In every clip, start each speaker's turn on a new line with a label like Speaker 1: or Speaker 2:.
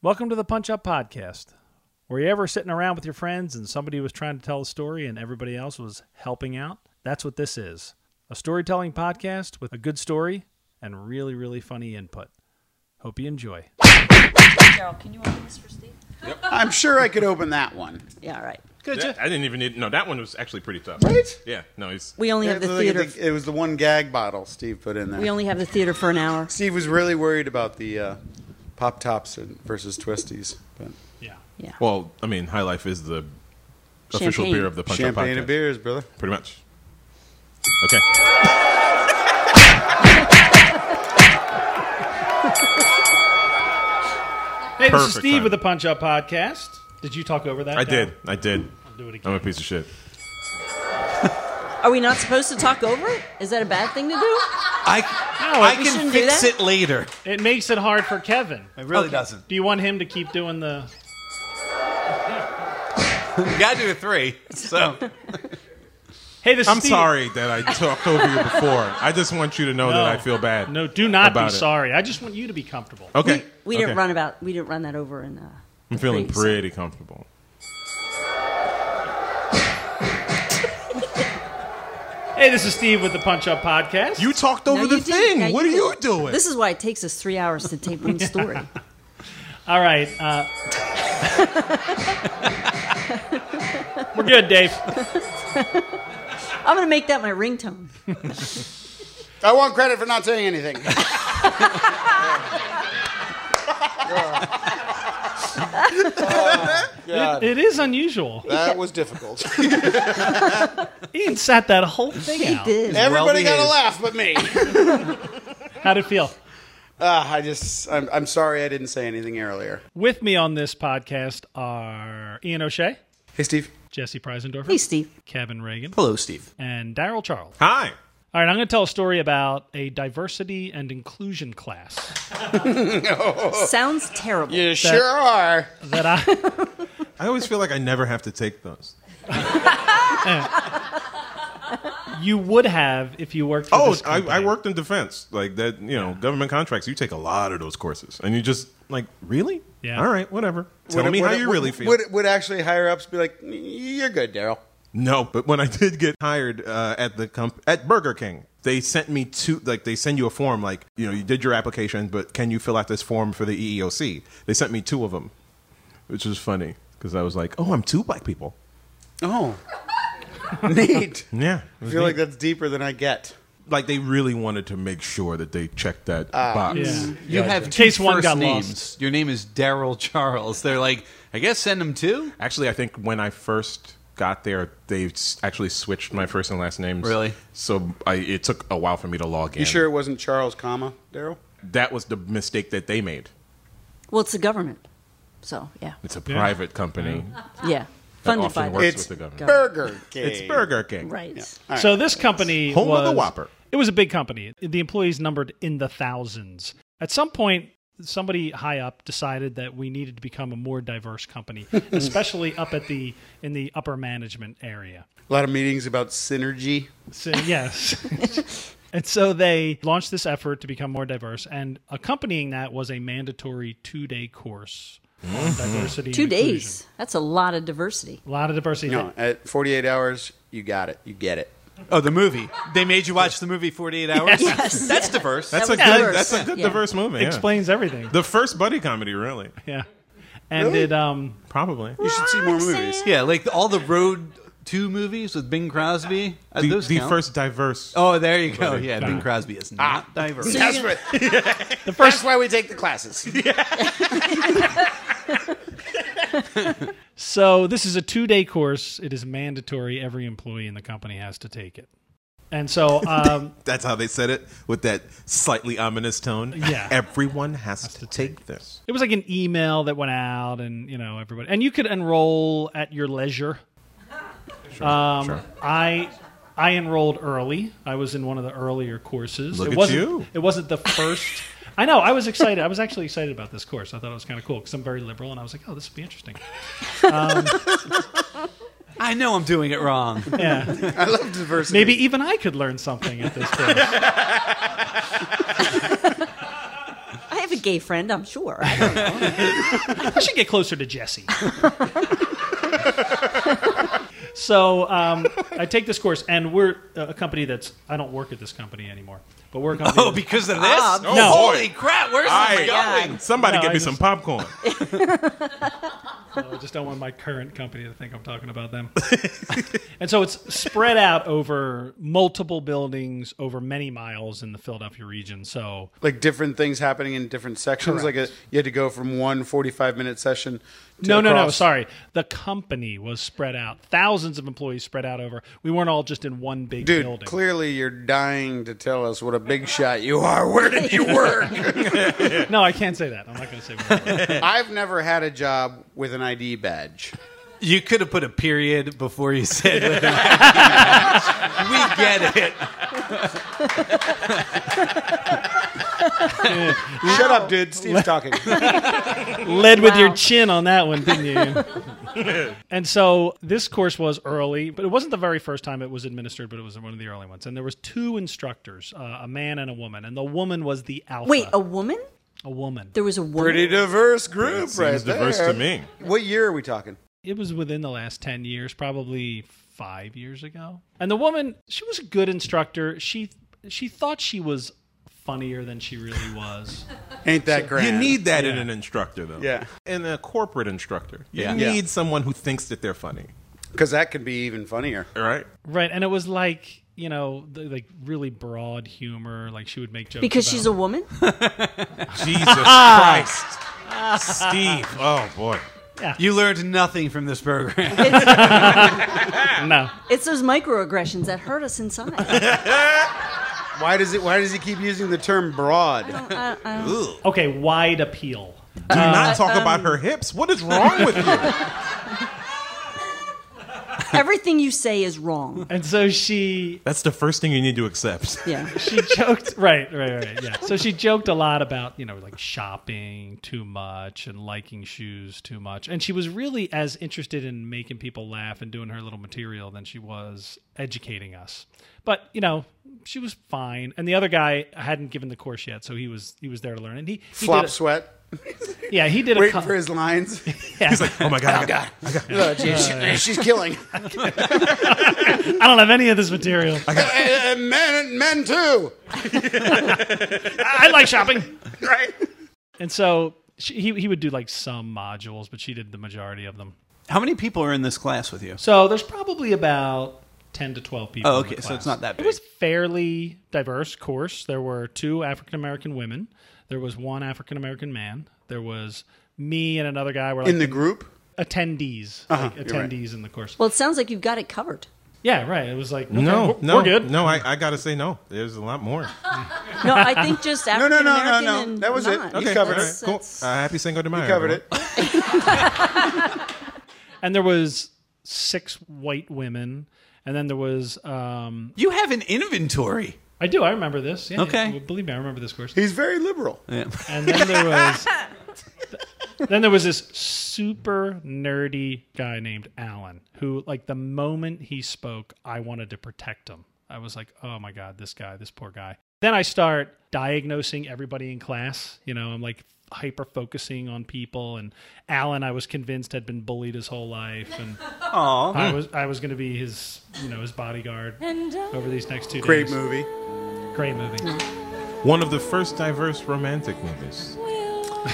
Speaker 1: Welcome to the Punch Up Podcast. Were you ever sitting around with your friends and somebody was trying to tell a story and everybody else was helping out? That's what this is a storytelling podcast with a good story and really, really funny input. Hope you enjoy.
Speaker 2: Daryl, can you open this for Steve?
Speaker 3: I'm sure I could open that one.
Speaker 2: Yeah, all right.
Speaker 3: Could
Speaker 4: That- I didn't even need. No, that one was actually pretty tough.
Speaker 3: Right?
Speaker 4: Yeah. No, he's.
Speaker 2: We only have the theater.
Speaker 3: it was the one gag bottle Steve put in there.
Speaker 2: we only have the theater for an hour.
Speaker 3: Steve was really worried about the uh, pop tops and- versus twisties, but
Speaker 1: Yeah.
Speaker 2: Yeah.
Speaker 4: Well, I mean, High Life is the official
Speaker 2: Champagne.
Speaker 4: beer of the Punch Up
Speaker 3: champagne
Speaker 4: Podcast.
Speaker 3: and beers, brother.
Speaker 4: Pretty much. Okay.
Speaker 1: Hey, this is
Speaker 4: Perfect
Speaker 1: Steve with
Speaker 4: timing.
Speaker 1: the Punch Up Podcast. Did you talk over that?
Speaker 4: I
Speaker 1: Daryl?
Speaker 4: did. Oh. I did.
Speaker 1: Do it
Speaker 4: I'm a
Speaker 1: again.
Speaker 4: piece of shit.
Speaker 2: Are we not supposed to talk over it? Is that a bad thing to do?
Speaker 5: I,
Speaker 1: No,
Speaker 5: I
Speaker 1: we
Speaker 5: can
Speaker 2: shouldn't do
Speaker 5: fix
Speaker 2: that.
Speaker 5: it later.
Speaker 1: It makes it hard for Kevin.
Speaker 5: It really doesn't.
Speaker 1: Do you want him to keep doing the.
Speaker 5: You gotta do a three. So
Speaker 1: Hey, this is
Speaker 4: I'm
Speaker 1: Steve.
Speaker 4: sorry that I talked over you before. I just want you to know
Speaker 1: No.
Speaker 4: that I feel bad.
Speaker 1: No, do not be
Speaker 4: about it. Oh.
Speaker 1: sorry. I just want you to be comfortable.
Speaker 4: Okay.
Speaker 2: We
Speaker 4: Okay.
Speaker 2: didn't run about. We didn't run that over in. Uh,
Speaker 4: I'm
Speaker 2: the
Speaker 4: feeling
Speaker 2: freeze.
Speaker 4: pretty comfortable.
Speaker 1: Hey, this is Steve with the Punch Up Podcast.
Speaker 4: You talked
Speaker 2: No,
Speaker 4: over the
Speaker 2: you didn't.
Speaker 4: thing.
Speaker 2: No,
Speaker 4: what are you
Speaker 2: didn't.
Speaker 4: doing?
Speaker 2: This is why it takes us three hours to tape one story.
Speaker 1: All right. Uh, we're good, Dave.
Speaker 2: I'm gonna make that my ringtone.
Speaker 3: I want credit for not saying anything.
Speaker 1: It is unusual.
Speaker 3: that was difficult.
Speaker 1: Ian sat that whole thing
Speaker 2: He
Speaker 1: out.
Speaker 2: did.
Speaker 3: Everybody got a
Speaker 5: behaved.
Speaker 3: laugh but me.
Speaker 1: How'd it feel?
Speaker 3: Ah, I just, I'm, I'm sorry I didn't say anything earlier.
Speaker 1: With me on this podcast are Ian O'Shea,
Speaker 3: Hey, Steve.
Speaker 1: Jesse Preisendorfer,
Speaker 2: Hey, Steve.
Speaker 1: Kevin Reagan,
Speaker 5: hello, Steve.
Speaker 1: and Daryl Charles.
Speaker 4: Hi.
Speaker 1: All right, I'm going to tell a story about a diversity and inclusion class
Speaker 4: Oh.
Speaker 2: Sounds terrible.
Speaker 3: You sure are.
Speaker 1: that I
Speaker 4: I always feel like I never have to take those.
Speaker 1: you would have if you worked. For
Speaker 4: Oh,
Speaker 1: this
Speaker 4: I, I
Speaker 1: company.
Speaker 4: worked in defense. Like that, you know, government contracts. You take a lot of those courses, and you just like, really?
Speaker 1: Yeah.
Speaker 4: All right, whatever. Tell
Speaker 3: Would-
Speaker 4: me how
Speaker 3: would-
Speaker 4: you
Speaker 3: would-
Speaker 4: really feel.
Speaker 3: Would, would actually higher ups be like, you're good, Daryl?
Speaker 4: no, but when I did get hired uh, at the comp- at Burger King, they sent me to like they send you a form like you know you did your application, but can you fill out this form for the E EEOC? They sent me two of them, which was funny because I was like, oh, I'm two black people.
Speaker 3: Oh. Neat.
Speaker 4: Yeah, it
Speaker 3: I
Speaker 4: was
Speaker 3: feel like
Speaker 4: neat.
Speaker 3: that's deeper than I get.
Speaker 4: Like they really wanted to make sure that they checked that box.
Speaker 1: Yeah.
Speaker 5: You have
Speaker 1: In
Speaker 5: two
Speaker 1: case one
Speaker 5: first
Speaker 1: got
Speaker 5: names.
Speaker 1: lost.
Speaker 5: Your name is Daryl Charles. They're like, I guess send him two.
Speaker 4: Actually, I think when I first got there, they s- actually switched my first and last names.
Speaker 5: Really?
Speaker 4: So I, it took a while for me to log in.
Speaker 3: You sure it wasn't Charles, comma, Daryl?
Speaker 4: That was the mistake that they made.
Speaker 2: Well, it's the government. So yeah,
Speaker 4: It's a private company
Speaker 2: yeah.
Speaker 4: that
Speaker 2: Funded by
Speaker 4: often
Speaker 2: the
Speaker 4: works
Speaker 3: It's
Speaker 4: with the government.
Speaker 2: Go.
Speaker 3: Burger King.
Speaker 4: It's Burger King.
Speaker 2: right.
Speaker 1: So this company
Speaker 4: Home
Speaker 1: was,
Speaker 4: of the Whopper.
Speaker 1: It was a big company. The employees numbered in the thousands. At some point, somebody high up decided that we needed to become a more diverse company, especially up at the in the upper management area.
Speaker 3: A lot of meetings about synergy.
Speaker 1: So yes. And so they launched this effort to become more diverse, and accompanying that was a mandatory two-day course
Speaker 4: Mm-hmm.
Speaker 1: on diversity. and
Speaker 2: Two
Speaker 1: inclusion.
Speaker 2: days. That's a lot of diversity.
Speaker 1: A lot of diversity.
Speaker 3: No, at 48 hours, you got it. You get it.
Speaker 5: Oh, the movie. They made you watch the movie 48 hours?
Speaker 2: Yes.
Speaker 5: That's diverse.
Speaker 4: That's,
Speaker 2: That
Speaker 4: a
Speaker 2: was
Speaker 4: good,
Speaker 2: diverse.
Speaker 4: that's a good
Speaker 2: Yeah.
Speaker 4: diverse movie. yeah.
Speaker 1: Explains everything.
Speaker 4: The first buddy comedy, really.
Speaker 1: Yeah. And it um
Speaker 4: Probably.
Speaker 3: You should see more movies.
Speaker 5: yeah, like all the Road 2 movies with Bing Crosby. Uh,
Speaker 4: The,
Speaker 5: those
Speaker 4: the
Speaker 5: count.
Speaker 4: first diverse.
Speaker 5: Oh, there you go. Yeah, Bing Crosby is not diverse.
Speaker 3: That's, right. That's why we take the classes.
Speaker 1: So this is a two-day course. It is mandatory. Every employee in the company has to take it. And so, um,
Speaker 4: That's how they said it with that slightly ominous tone.
Speaker 1: Yeah.
Speaker 4: Everyone has, to, take this.
Speaker 1: it was like an email that went out, and you know everybody. And you could enroll at your leisure.
Speaker 4: Sure. sure.
Speaker 1: I I enrolled early. I was in one of the earlier courses.
Speaker 4: Look
Speaker 1: it
Speaker 4: at
Speaker 1: wasn't,
Speaker 4: you.
Speaker 1: It wasn't the first. I know. I was excited. I was actually excited about this course. I thought it was kind of cool because I'm very liberal, and I was like, "Oh, this will be interesting."
Speaker 5: I know I'm doing it wrong.
Speaker 1: Yeah,
Speaker 3: I love diversity.
Speaker 1: maybe even I could learn something at this course.
Speaker 2: I have a gay friend, I'm sure. I don't know.
Speaker 1: I should get closer to Jesse. so um, I take this course, and we're a company that's I don't work at this company anymore, but we're a company.
Speaker 5: Oh,
Speaker 1: that-
Speaker 5: because of this?
Speaker 2: Ah,
Speaker 4: No.
Speaker 5: Holy crap, where's
Speaker 4: I-
Speaker 5: this going?
Speaker 4: Somebody
Speaker 1: No,
Speaker 4: get
Speaker 1: I
Speaker 4: me
Speaker 1: just-
Speaker 4: some popcorn.
Speaker 1: I just don't want my current company to think I'm talking about them. and so it's spread out over multiple buildings over many miles in the Philadelphia region. So
Speaker 3: Like different things happening in different sections. Like a, you had to go from one 45 minute session. To
Speaker 1: no, no, no.
Speaker 3: across-
Speaker 1: Sorry, the company was spread out. Thousands of employees spread out over. We weren't all just in one big
Speaker 3: Dude,
Speaker 1: building.
Speaker 3: clearly you're dying to tell us what a big shot you are. Where did you work?
Speaker 1: No, I can't say that. I'm not going to say. What I want.
Speaker 3: I've never had a job with an ID badge.
Speaker 5: You could have put a period before you said with an ID badge. We get it.
Speaker 3: Shut up, dude. Steve's talking.
Speaker 1: Led with your
Speaker 2: Wow.
Speaker 1: chin on that one, didn't you? and so this course was early, but it wasn't the very first time it was administered, but it was one of the early ones. And there was two instructors, uh, a man and a woman, and the woman was the alpha.
Speaker 2: Wait, oh, a woman?
Speaker 1: a woman.
Speaker 2: There was a woman.
Speaker 3: Pretty diverse group,
Speaker 4: Seems
Speaker 3: right
Speaker 4: diverse
Speaker 3: there.
Speaker 4: to me.
Speaker 3: What year are we talking?
Speaker 1: it was within the last 10 years probably five years ago and the woman she was a good instructor she she thought she was funnier than she really was
Speaker 3: Ain't that grand?
Speaker 4: You need that in an instructor, though.
Speaker 3: Yeah.
Speaker 4: In a corporate instructor, you
Speaker 5: Yeah.
Speaker 4: need
Speaker 3: Yeah.
Speaker 4: someone who thinks that they're funny.
Speaker 3: because that could be even funnier.
Speaker 4: All right.
Speaker 1: right and it was like you know the, like really broad humor like she would make jokes
Speaker 2: because she's a woman?
Speaker 4: Jesus Christ, Steve. Ah. Oh boy.
Speaker 5: You learned nothing from this program.
Speaker 1: a no
Speaker 2: It's those microaggressions that hurt us inside.
Speaker 3: Why does it? Why does he keep using the term broad?
Speaker 1: okay wide appeal
Speaker 4: Do not talk about her hips. What is wrong with you?
Speaker 2: Everything you say is wrong.
Speaker 1: and so she
Speaker 4: That's the first thing you need to accept.
Speaker 2: Yeah.
Speaker 1: she joked right right right yeah so she joked a lot about you know like shopping too much and liking shoes too much and she was really as interested in making people laugh and doing her little material than she was educating us but you know she was fine and the other guy hadn't given the course yet so he was he was there to learn and he, he
Speaker 3: Flop
Speaker 1: did a-
Speaker 3: sweat.
Speaker 1: yeah he did a
Speaker 3: Waiting
Speaker 1: cou-
Speaker 3: for his lines.
Speaker 4: He's like, oh my god, I got-
Speaker 3: Oh, geez, she- she's killing.
Speaker 1: i don't have any of this material i,
Speaker 3: Uh, men, men too.
Speaker 1: I like shopping
Speaker 3: Right.
Speaker 1: and so she, he, he would do like some modules but she did the majority of them
Speaker 5: How many people are in this class with you?
Speaker 1: So there's probably about 10 to 12 people.
Speaker 5: Oh,
Speaker 1: in the
Speaker 5: okay, so
Speaker 1: class.
Speaker 5: it's not that
Speaker 1: It
Speaker 5: big.
Speaker 1: was fairly diverse course. There were two African American women, there was one African American man, there was me and another guy were like
Speaker 3: In the group.
Speaker 1: attendees,
Speaker 5: Uh-huh,
Speaker 1: like
Speaker 3: you're right.
Speaker 1: attendees in the course.
Speaker 2: Well, it sounds like you've got it covered.
Speaker 1: yeah, right. It was like okay,
Speaker 4: no,
Speaker 1: we're,
Speaker 4: no,
Speaker 1: we're good.
Speaker 4: no. I, I gotta say no. There's a lot more.
Speaker 2: No, I think just
Speaker 3: no,
Speaker 2: African
Speaker 3: no, no,
Speaker 2: American
Speaker 3: no.
Speaker 2: and
Speaker 3: That was it.
Speaker 2: not.
Speaker 3: You covered
Speaker 4: all right,
Speaker 2: That's-
Speaker 4: cool.
Speaker 2: that's-
Speaker 4: Uh, happy Cinco de Mayo.
Speaker 3: Covered
Speaker 4: everyone.
Speaker 3: it.
Speaker 1: And there was six white women and then there was um,
Speaker 5: You have an inventory.
Speaker 1: I do I remember this. Yeah,
Speaker 5: Okay.
Speaker 1: yeah, believe me, I remember this course.
Speaker 3: He's very liberal.
Speaker 1: And then there was then there was this super nerdy guy named Alan who like the moment he spoke, I wanted to protect him. I was like, "Oh my god, this guy, this poor guy." Then I start diagnosing everybody in class, you know, I'm like hyper focusing on people and Alan I was convinced had been bullied his whole life and I was I was going to be his, you know, his bodyguard over these next two
Speaker 3: Great
Speaker 1: days.
Speaker 3: movie.
Speaker 1: Great movie.
Speaker 4: One of the first diverse romantic movies.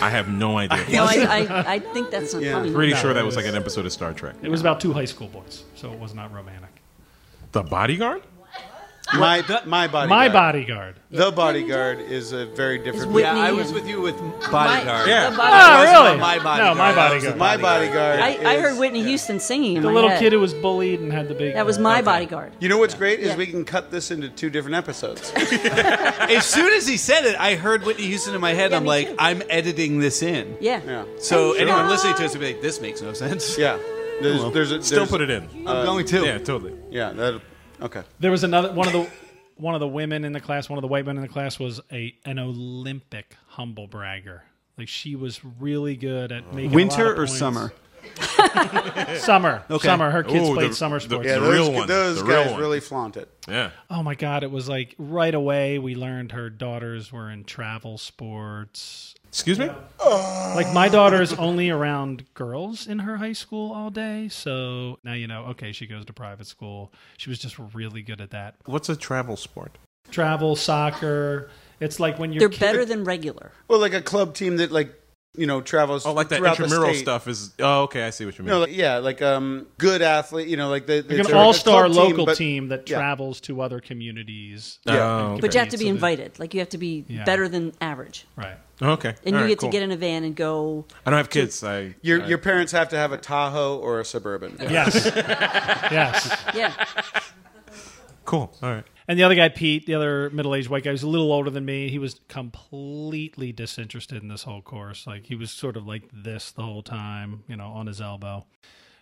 Speaker 4: I have no idea.
Speaker 2: No, I, I, I think that's not
Speaker 3: Yeah.
Speaker 2: probably
Speaker 4: Pretty
Speaker 1: No,
Speaker 4: sure
Speaker 1: it
Speaker 4: that was like
Speaker 1: was-
Speaker 4: an episode of Star Trek.
Speaker 1: It was about two high school boys, so it was not romantic.
Speaker 4: The Bodyguard?
Speaker 3: My my bodyguard.
Speaker 1: My bodyguard.
Speaker 3: The bodyguard is a very different.
Speaker 2: Whitney.
Speaker 5: Yeah, I was
Speaker 2: and-
Speaker 5: with you with
Speaker 2: My-
Speaker 5: Bodyguard.
Speaker 4: Yeah.
Speaker 2: the
Speaker 1: Oh,
Speaker 2: bodyguard.
Speaker 1: really?
Speaker 5: My
Speaker 1: No,
Speaker 5: Bodyguard.
Speaker 1: my
Speaker 5: That was the
Speaker 1: bodyguard.
Speaker 3: My bodyguard.
Speaker 2: I, I
Speaker 3: is-
Speaker 2: heard Whitney Houston singing in
Speaker 1: The
Speaker 2: my
Speaker 1: little
Speaker 2: head.
Speaker 1: kid who was bullied and had the big.
Speaker 2: that was my
Speaker 1: Okay.
Speaker 2: bodyguard.
Speaker 3: You know what's great is
Speaker 2: Yeah.
Speaker 3: we can cut this into two different episodes.
Speaker 5: As soon as he said it, I heard Whitney Houston in my head.
Speaker 2: Yeah,
Speaker 5: I'm
Speaker 2: me
Speaker 5: like,
Speaker 2: too.
Speaker 5: I'm editing this in.
Speaker 2: Yeah.
Speaker 3: Yeah.
Speaker 5: So
Speaker 2: And you
Speaker 5: anyone
Speaker 2: know-
Speaker 5: listening to us would be like, this makes no sense.
Speaker 3: Yeah. There's, there's a,
Speaker 4: Still
Speaker 3: there's-
Speaker 4: put it in.
Speaker 5: I'm going to.
Speaker 4: Yeah, totally.
Speaker 3: Yeah. That. Okay.
Speaker 1: There was another one of the one of the women in the class. One of the white men in the class was a an Olympic humble bragger. Like she was really good at making a lot
Speaker 5: Winter
Speaker 1: of
Speaker 5: or
Speaker 1: points.
Speaker 5: summer?
Speaker 1: Summer,
Speaker 5: Okay.
Speaker 1: summer. Her kids
Speaker 4: Ooh,
Speaker 1: played
Speaker 4: the-
Speaker 1: summer
Speaker 4: the-
Speaker 1: sports.
Speaker 3: Yeah.
Speaker 4: The
Speaker 3: those
Speaker 4: real one.
Speaker 3: those
Speaker 4: The real
Speaker 3: guys
Speaker 4: one.
Speaker 3: really flaunt it.
Speaker 4: Yeah.
Speaker 1: Oh my god! It was like right away we learned her daughters were in travel sports.
Speaker 4: Excuse me?
Speaker 1: Like my daughter is only around girls in her high school all day, so now you know. Okay, she goes to private school. She was just really good at that.
Speaker 4: What's a travel sport?
Speaker 1: Travel, soccer. It's like when you're
Speaker 2: They're better than regular.
Speaker 3: Well, like a club team that like you know travels.
Speaker 4: Oh, like that
Speaker 3: throughout the
Speaker 4: intramural
Speaker 3: state.
Speaker 4: stuff is. Oh, okay, I see what you mean.
Speaker 3: No, like, yeah, like um, good athlete. You know, like the,
Speaker 1: like
Speaker 3: it's
Speaker 1: an
Speaker 3: a- like a
Speaker 1: all-star
Speaker 3: club
Speaker 1: local
Speaker 3: but-
Speaker 1: team that
Speaker 3: yeah. Oh,
Speaker 1: travels to other communities. Uh,
Speaker 4: Yeah.
Speaker 1: and
Speaker 4: But
Speaker 2: But you have to
Speaker 1: competes
Speaker 2: be
Speaker 1: so that-
Speaker 2: invited. Like you have to be
Speaker 1: Yeah.
Speaker 2: better than average.
Speaker 1: Right.
Speaker 4: okay,
Speaker 2: And
Speaker 4: All
Speaker 2: you
Speaker 4: right,
Speaker 2: get
Speaker 4: cool.
Speaker 2: to get in a van and go.
Speaker 4: I don't have kids. I
Speaker 3: Your
Speaker 4: I-
Speaker 3: your parents have to have a Tahoe or a Suburban.
Speaker 1: Yes. yes.
Speaker 2: Yeah.
Speaker 4: cool. All right.
Speaker 1: And the other guy, Pete, the other middle-aged white guy, was a little older than me. He was completely disinterested in this whole course. Like he was sort of like this the whole time, you know, on his elbow.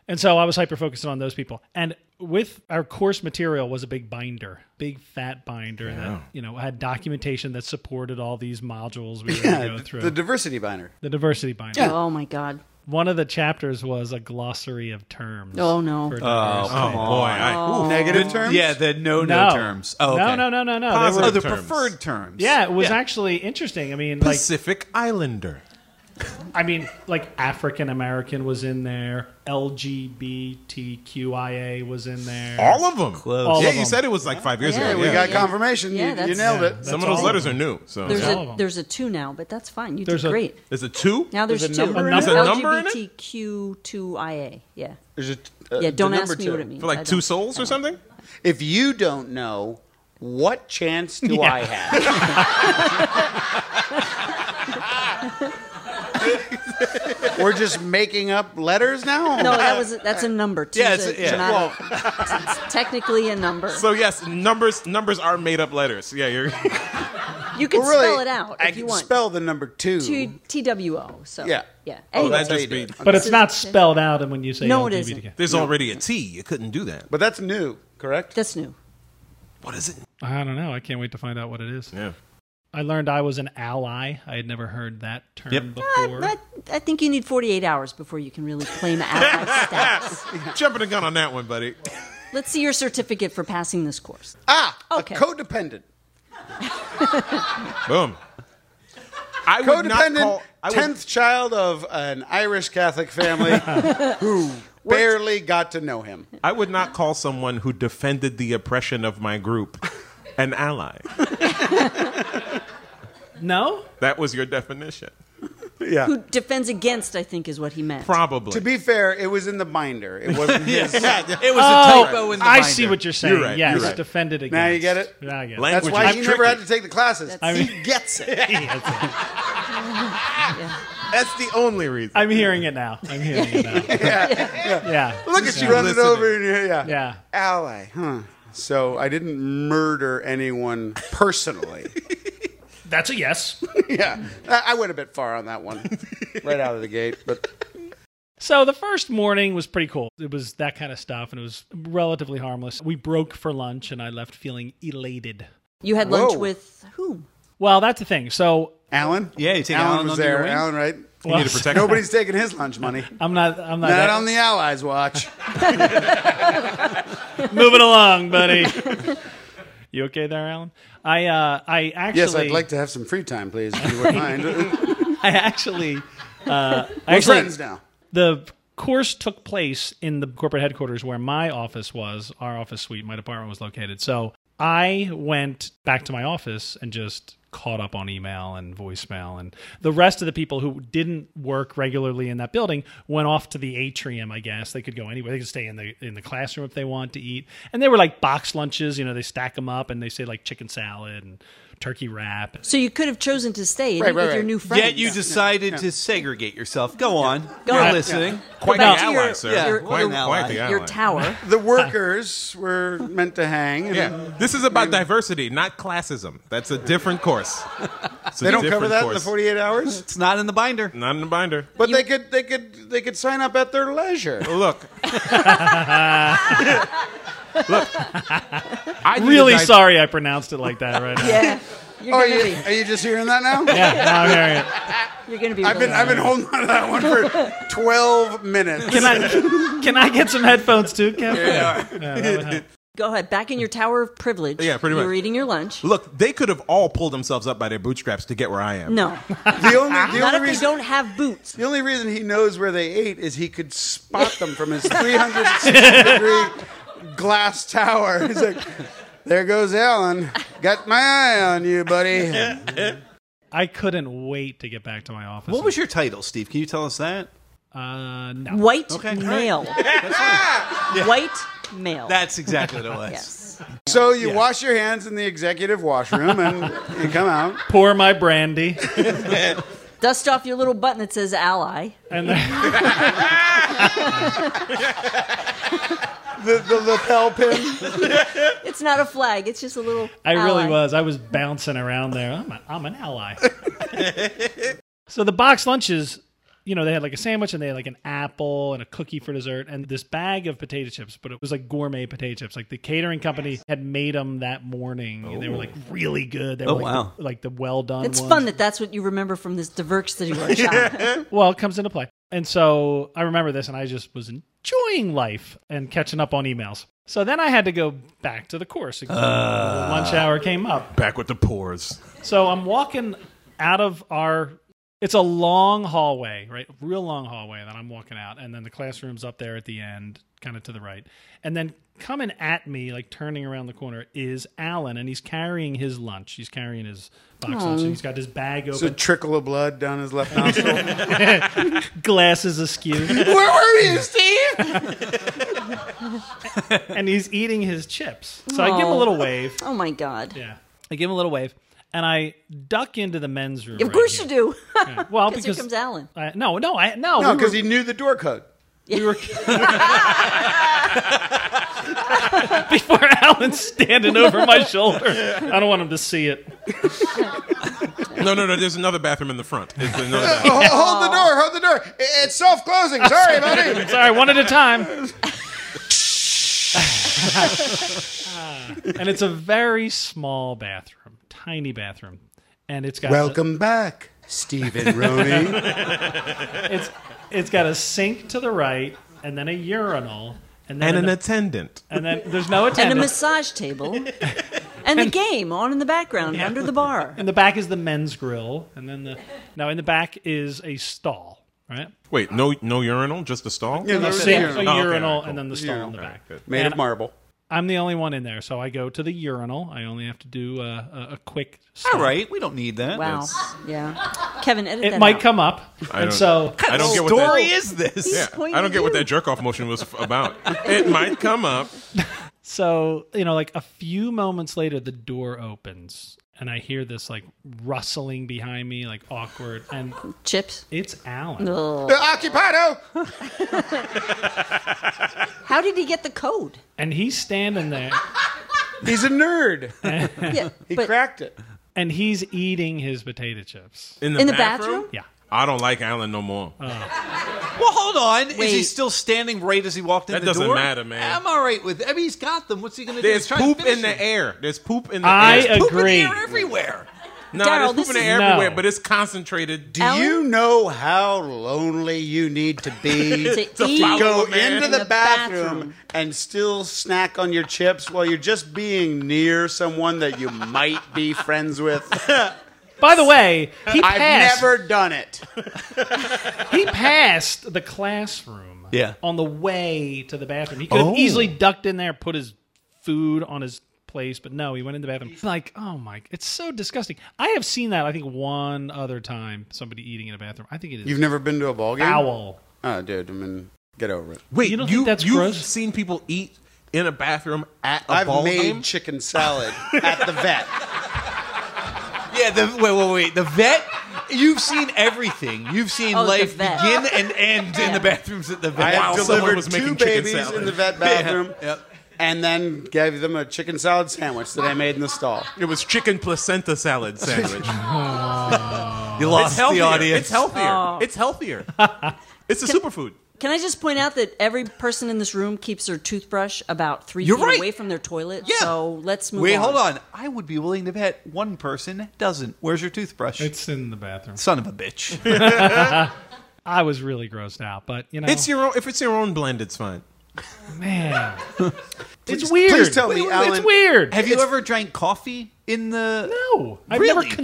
Speaker 1: And so I was hyper focusing on those people. And with our course material was a big binder, big fat binder that you know had documentation that supported all these modules we were going to go through.
Speaker 3: the diversity binder.
Speaker 1: the diversity binder.
Speaker 2: Oh my god.
Speaker 1: One of the chapters was a glossary of terms.
Speaker 2: Oh, no.
Speaker 1: for
Speaker 2: Oh,
Speaker 1: diversity.
Speaker 4: Oh, boy. I, ooh.
Speaker 3: Negative terms.
Speaker 5: Yeah, the no no,
Speaker 1: no
Speaker 5: terms. Oh,
Speaker 1: no,
Speaker 5: okay.
Speaker 1: no, no, no, no. They
Speaker 4: Positive
Speaker 1: were-
Speaker 3: Oh, the
Speaker 4: terms.
Speaker 3: preferred terms.
Speaker 1: yeah, it was actually interesting. I mean, like
Speaker 4: Pacific Islander.
Speaker 1: I mean, like African American was in there, LGBTQIA was in there.
Speaker 4: All of them.
Speaker 1: All
Speaker 4: yeah,
Speaker 1: of
Speaker 4: you
Speaker 1: them.
Speaker 4: said it was like five years
Speaker 2: Yeah,
Speaker 4: ago.
Speaker 3: we
Speaker 4: yeah.
Speaker 3: got
Speaker 2: Yeah.
Speaker 3: confirmation.
Speaker 2: Yeah,
Speaker 3: You- you,
Speaker 2: that's-
Speaker 3: nailed
Speaker 1: Yeah.
Speaker 3: it.
Speaker 1: That's
Speaker 4: Some of those
Speaker 1: all
Speaker 4: letters are new. So
Speaker 2: There's
Speaker 1: all of
Speaker 2: a
Speaker 1: 'em.
Speaker 2: there's a two now, but that's fine. You
Speaker 1: There's
Speaker 2: did
Speaker 1: a-
Speaker 2: great.
Speaker 4: There's a two.
Speaker 2: Now there's,
Speaker 3: there's a
Speaker 2: two.
Speaker 3: number
Speaker 1: in it? Is
Speaker 4: there a number in it?
Speaker 2: LGBTQIA. Yeah.
Speaker 3: There's a- uh,
Speaker 2: Yeah,
Speaker 3: the
Speaker 2: don't
Speaker 3: number
Speaker 2: ask me
Speaker 3: two.
Speaker 2: what it means.
Speaker 4: for
Speaker 2: I
Speaker 4: like
Speaker 2: don't-
Speaker 4: two souls or something.
Speaker 3: If you don't know, what chance do I have? We're just making up letters now.
Speaker 2: No, that was that's a number. Two's
Speaker 5: Yeah, it's-
Speaker 2: a-
Speaker 5: yeah.
Speaker 2: it's not a- it's- it's technically a number.
Speaker 4: So yes, numbers numbers are made up letters. Yeah, you're.
Speaker 2: you can
Speaker 3: Well, really,
Speaker 2: spell it out
Speaker 3: I
Speaker 2: if you
Speaker 3: can
Speaker 2: want.
Speaker 3: spell the number two.
Speaker 2: T T W O. So
Speaker 3: Yeah.
Speaker 2: yeah.
Speaker 4: Oh,
Speaker 2: Anyway,
Speaker 4: that just be.
Speaker 1: But
Speaker 2: This
Speaker 1: it's not
Speaker 2: is-
Speaker 1: spelled out, and when you say
Speaker 2: No, it
Speaker 1: LGBTQ,
Speaker 2: isn't.
Speaker 4: There's already a T. You couldn't do that.
Speaker 3: But that's new, correct?
Speaker 2: that's new.
Speaker 4: What is it?
Speaker 1: I don't know. I can't wait to find out what it is.
Speaker 4: Yeah.
Speaker 1: I learned I was an ally. I had never heard that term
Speaker 4: Yep.
Speaker 1: before.
Speaker 2: I, I, I think you need 48 hours before you can really claim ally status.
Speaker 4: Jumping the gun on that one, buddy.
Speaker 2: Let's see your certificate for passing this course.
Speaker 3: Ah,
Speaker 2: Oh, Okay.
Speaker 3: a codependent.
Speaker 4: Boom. I would not
Speaker 3: Codependent,
Speaker 4: call. I would-
Speaker 3: tenth child of an Irish Catholic family who barely got to know him.
Speaker 4: I would not call someone who defended the oppression of my group an ally.
Speaker 1: no,
Speaker 4: That was your definition,
Speaker 3: Yeah.
Speaker 2: Who defends against, I think, is what he meant.
Speaker 4: probably.
Speaker 3: To be fair, it was in the binder. It wasn't his.
Speaker 5: It was a typo in the
Speaker 1: I
Speaker 5: binder.
Speaker 1: see what you're saying.
Speaker 4: You're right,
Speaker 1: Yes,
Speaker 4: you're right.
Speaker 1: defended against.
Speaker 3: Now you get it?
Speaker 1: Now I get it.
Speaker 4: Language
Speaker 3: That's why
Speaker 4: is
Speaker 3: he
Speaker 4: tricky.
Speaker 3: never had to take the classes.
Speaker 2: That's-
Speaker 3: he gets it.
Speaker 4: That's the only reason.
Speaker 1: I'm hearing it now. I'm hearing it now. yeah. yeah,
Speaker 3: Look at you running
Speaker 4: listening.
Speaker 3: over in here. Yeah.
Speaker 1: yeah.
Speaker 3: Ally, huh? So I didn't murder anyone personally.
Speaker 1: That's a yes.
Speaker 3: yeah. I I went a bit far on that one right out of the gate. But
Speaker 1: So the first morning was pretty cool. It was that kind of stuff, and it was relatively harmless. We broke for lunch, and I left feeling elated.
Speaker 2: You had lunch
Speaker 3: Whoa.
Speaker 2: with whom?
Speaker 1: Well, that's the thing. So
Speaker 3: Alan?
Speaker 5: Yeah, you take Alan
Speaker 3: was
Speaker 5: under your
Speaker 3: there.
Speaker 5: wing.
Speaker 3: Alan, right?
Speaker 4: you need to protect.
Speaker 3: Nobody's taking his lunch money.
Speaker 1: I'm not. I'm not.
Speaker 3: Not
Speaker 1: that-
Speaker 3: on the Allies' watch.
Speaker 1: moving along, buddy. you okay there, Alan? I uh, I actually
Speaker 3: Yes, I'd like to have some free time, please, if you wouldn't mind. We're
Speaker 1: I actually uh, I actually
Speaker 3: friends now.
Speaker 1: the course took place in the corporate headquarters where my office was, our office suite, my department was located. So I went back to my office and just caught up on email and voicemail and the rest of the people who didn't work regularly in that building went off to the atrium I guess they could go anywhere they could stay in the in the classroom if they want to eat and they were like box lunches you know they stack them up and they say like chicken salad and turkey wrap
Speaker 2: So you could have chosen to stay and
Speaker 3: Right,
Speaker 2: eat
Speaker 3: right,
Speaker 2: with your
Speaker 3: right.
Speaker 2: new friends.
Speaker 5: Yet you decided to segregate yourself. Go on.
Speaker 2: Go
Speaker 5: You're
Speaker 2: on.
Speaker 5: listening.
Speaker 4: Quite
Speaker 2: Back
Speaker 4: the
Speaker 2: to
Speaker 4: ally,
Speaker 2: your-
Speaker 4: sir.
Speaker 2: your-
Speaker 4: quite,
Speaker 2: your-
Speaker 4: quite the ally.
Speaker 2: your tower.
Speaker 3: The workers were meant to hang. and
Speaker 4: Yeah, this is about diversity, not classism. That's a different course. It's a
Speaker 3: They don't
Speaker 4: different
Speaker 3: cover that in the
Speaker 4: course.
Speaker 3: 48 hours.
Speaker 5: It's not in the binder.
Speaker 4: Not in the binder.
Speaker 3: But they could they could they could sign up at their leisure.
Speaker 4: Look. Look. I did a
Speaker 1: really
Speaker 4: di-
Speaker 1: sorry I pronounced it like that right now.
Speaker 2: Yeah. You're
Speaker 3: Are
Speaker 2: gonna
Speaker 3: Oh, you
Speaker 2: be.
Speaker 3: are you just hearing that now?
Speaker 1: yeah now I'm hearing it
Speaker 2: You're gonna be.
Speaker 3: I've been
Speaker 2: really-
Speaker 3: I've been holding on to that one for 12 minutes.
Speaker 1: Can I can I get some headphones too, Kevin? Yeah. that would help.
Speaker 2: Go ahead, back in your tower of privilege.
Speaker 4: Yeah, pretty
Speaker 2: You were
Speaker 4: much.
Speaker 2: eating your lunch.
Speaker 4: Look, they could have all pulled themselves up by their bootstraps to get where I am.
Speaker 2: No,
Speaker 3: The only, the
Speaker 2: not
Speaker 3: only
Speaker 2: if you
Speaker 3: reason.
Speaker 2: don't have boots.
Speaker 3: The only reason he knows where they ate is he could spot them from his 360 degree glass tower. He's like, "There goes Alan. Got my eye on you, buddy."
Speaker 1: I couldn't wait to get back to my office.
Speaker 5: What was your title, Steve? Can you tell us that?
Speaker 1: Uh, no.
Speaker 2: White
Speaker 5: Okay.
Speaker 2: male. White male.
Speaker 5: That's exactly what it was.
Speaker 2: yes.
Speaker 3: So you wash your hands in the executive washroom and, and come out.
Speaker 1: Pour my brandy.
Speaker 2: Dust off your little button that says ally.
Speaker 1: And then,
Speaker 3: The, the lapel pin.
Speaker 2: It's not a flag. It's just a little.
Speaker 1: I really
Speaker 2: ally.
Speaker 1: was. I was bouncing around there. I'm, a, I'm an ally. so the box lunches, you know, they had like a sandwich and they had like an apple and a cookie for dessert and this bag of potato chips, but it was like gourmet potato chips. Like the catering company had made them that morning and they were like really good. They were
Speaker 5: Oh,
Speaker 1: like,
Speaker 5: wow.
Speaker 1: the, like the well done
Speaker 2: It's
Speaker 1: ones.
Speaker 2: fun that that's what you remember from this diversity workshop.
Speaker 1: well, it comes into play. And so I remember this, and I just was enjoying life and catching up on emails. So then I had to go back to the course. lunch hour came up.
Speaker 4: Back with the pores.
Speaker 1: So I'm walking out of our. It's a long hallway, right? Real long hallway that I'm walking out, and then the classroom's up there at the end, kind of to the right. And then coming at me, like turning around the corner, is Alan, and he's carrying his lunch. He's carrying his box lunch, and he's got his bag
Speaker 3: It's a
Speaker 1: open,
Speaker 3: trickle of blood down his left nostril.
Speaker 1: glasses askew.
Speaker 3: Where were you, Steve?
Speaker 1: and he's eating his chips. So I give him a
Speaker 2: Aw.
Speaker 1: little wave.
Speaker 2: oh my god!
Speaker 1: Yeah. I give him a little wave. And I duck into the men's room.
Speaker 2: of course you do.
Speaker 1: do. Well, because
Speaker 2: Because here comes Alan.
Speaker 1: I- no, no, I no.
Speaker 3: No,
Speaker 1: we were-
Speaker 3: because Oh, he knew the door code.
Speaker 1: we were before Alan's standing over my shoulder. I don't want him to see it.
Speaker 4: No, no, no. There's another bathroom in the front. There's another bathroom.
Speaker 3: Oh, hold the door. Hold the door. I- It's self closing. Sorry, buddy.
Speaker 1: Sorry, one at a time. and it's a very small bathroom, tiny bathroom, and it's got
Speaker 3: Welcome back, Stephen Roney.
Speaker 1: it's it's got a sink to the right, and then a urinal, and then
Speaker 4: and
Speaker 1: an-
Speaker 4: an attendant.
Speaker 1: and then there's no
Speaker 2: And a
Speaker 1: attendant.
Speaker 2: massage table, and the game on in the background under the bar.
Speaker 1: in the back is the men's grill, and then the now in the back is a stall, right?
Speaker 4: Wait, no, no urinal, just a stall.
Speaker 3: Yeah,
Speaker 1: A
Speaker 3: there was
Speaker 1: sink,
Speaker 3: a-
Speaker 1: a
Speaker 4: okay,
Speaker 1: urinal,
Speaker 4: cool.
Speaker 1: and then the stall in the
Speaker 4: All right,
Speaker 1: back.
Speaker 4: good.
Speaker 3: Made
Speaker 1: And
Speaker 3: of marble.
Speaker 1: I'm the only one in there, so I go to the urinal. I only have to do uh, a, a quick. Stall.
Speaker 5: All right, we don't need that.
Speaker 2: Wow. Yeah. Kevin, edit
Speaker 1: It
Speaker 2: that
Speaker 1: might
Speaker 2: out.
Speaker 1: come up,
Speaker 4: I
Speaker 1: and
Speaker 4: don't-
Speaker 1: so
Speaker 4: I don't get what that,
Speaker 5: story is this?
Speaker 4: Yeah,
Speaker 2: point
Speaker 4: I don't
Speaker 2: of
Speaker 4: get what
Speaker 2: view?
Speaker 4: that jerk off motion was f- about. it might come up.
Speaker 1: so you know, like a few moments later, the door opens. And I hear this like rustling behind me, like awkward, and
Speaker 2: Chips.
Speaker 1: it's Alan.
Speaker 2: Ugh.
Speaker 3: The Uh, occupado.
Speaker 2: How did he get the code?
Speaker 1: And he's standing there
Speaker 3: He's a nerd.
Speaker 2: Yeah,
Speaker 3: He
Speaker 2: but
Speaker 3: cracked it.
Speaker 1: and he's eating his potato chips.
Speaker 4: In the,
Speaker 2: in the bathroom.
Speaker 1: Yeah.
Speaker 4: I don't like Alan no more.
Speaker 1: Uh,
Speaker 5: Well, hold on. Is he
Speaker 2: Wait.
Speaker 5: still standing right as he walked in
Speaker 4: That
Speaker 5: the
Speaker 4: doesn't
Speaker 5: door?
Speaker 4: matter, man.
Speaker 5: I'm all right with. I mean, he's got them. What's he going to do?
Speaker 4: There's
Speaker 5: He's trying to
Speaker 4: poop
Speaker 5: finish
Speaker 4: in the
Speaker 5: it.
Speaker 4: air. There's poop in the
Speaker 1: I
Speaker 4: air.
Speaker 5: Poop in the
Speaker 1: Agree.
Speaker 5: air everywhere.
Speaker 2: Daryl,
Speaker 4: No, there's
Speaker 2: this
Speaker 4: poop in the
Speaker 2: is-
Speaker 4: air everywhere,
Speaker 1: No.
Speaker 4: but it's concentrated.
Speaker 3: Do you know how lonely you need to be
Speaker 2: To
Speaker 3: to
Speaker 2: eat
Speaker 3: go
Speaker 4: man.
Speaker 3: into
Speaker 2: in
Speaker 3: the,
Speaker 2: the
Speaker 3: bathroom,
Speaker 2: bathroom.
Speaker 3: and still snack on your chips while you're just being near someone that you might be friends with?
Speaker 1: By the way, he
Speaker 3: I've
Speaker 1: passed.
Speaker 3: never done it.
Speaker 1: He passed the classroom.
Speaker 5: Yeah.
Speaker 1: On the way to the bathroom, he could
Speaker 3: Oh.
Speaker 1: have easily ducked in there, put his food on his place, but no, he went in the bathroom. Like, oh my, it's so disgusting. I have seen that. I think one other time, somebody eating in a bathrowl. I think it is
Speaker 3: You've never been to a ball game?
Speaker 1: foul.
Speaker 3: Oh, dude, I mean, get over it.
Speaker 4: Wait,
Speaker 1: You don't
Speaker 4: you,
Speaker 1: think that's
Speaker 4: you've
Speaker 1: gross?
Speaker 4: seen people eat in a bathroom at a
Speaker 3: I've
Speaker 4: ball
Speaker 3: made
Speaker 4: game?
Speaker 3: chicken salad at the vet.
Speaker 5: Yeah. The, wait, wait, wait. The vet. You've seen everything. You've seen
Speaker 2: Oh, the
Speaker 5: life
Speaker 2: vet.
Speaker 5: begin and end in the bathrooms at the vet.
Speaker 3: I have
Speaker 4: someone
Speaker 3: delivered
Speaker 4: was
Speaker 3: two
Speaker 4: making chicken
Speaker 3: babies
Speaker 4: salad.
Speaker 3: in the vet bathroom.
Speaker 5: Yep.
Speaker 3: And then gave them a chicken salad sandwich that I made in the stall.
Speaker 4: It was chicken placenta salad sandwich.
Speaker 5: You lost
Speaker 4: it's healthier.
Speaker 5: the audience.
Speaker 4: It's healthier. It's
Speaker 2: Oh.
Speaker 4: healthier. it's a superfood.
Speaker 2: Can I just point out that every person in this room keeps their toothbrush about 3
Speaker 5: You're
Speaker 2: feet
Speaker 5: right.
Speaker 2: away from their toilet?
Speaker 5: Yeah.
Speaker 2: So let's move
Speaker 5: Wait,
Speaker 2: on.
Speaker 5: hold on. I would be willing to bet one person doesn't. Where's your toothbrush?
Speaker 1: It's in the bathroom.
Speaker 5: Son of a bitch.
Speaker 1: I was really grossed out, but you know,
Speaker 4: It's your own, if it's your own blend, it's fine.
Speaker 1: Man, it's weird.
Speaker 3: please tell me, Alan-
Speaker 1: It's weird.
Speaker 5: Have you ever drank coffee in the?
Speaker 1: No, I've
Speaker 5: Really?
Speaker 1: never
Speaker 2: Oh, yeah.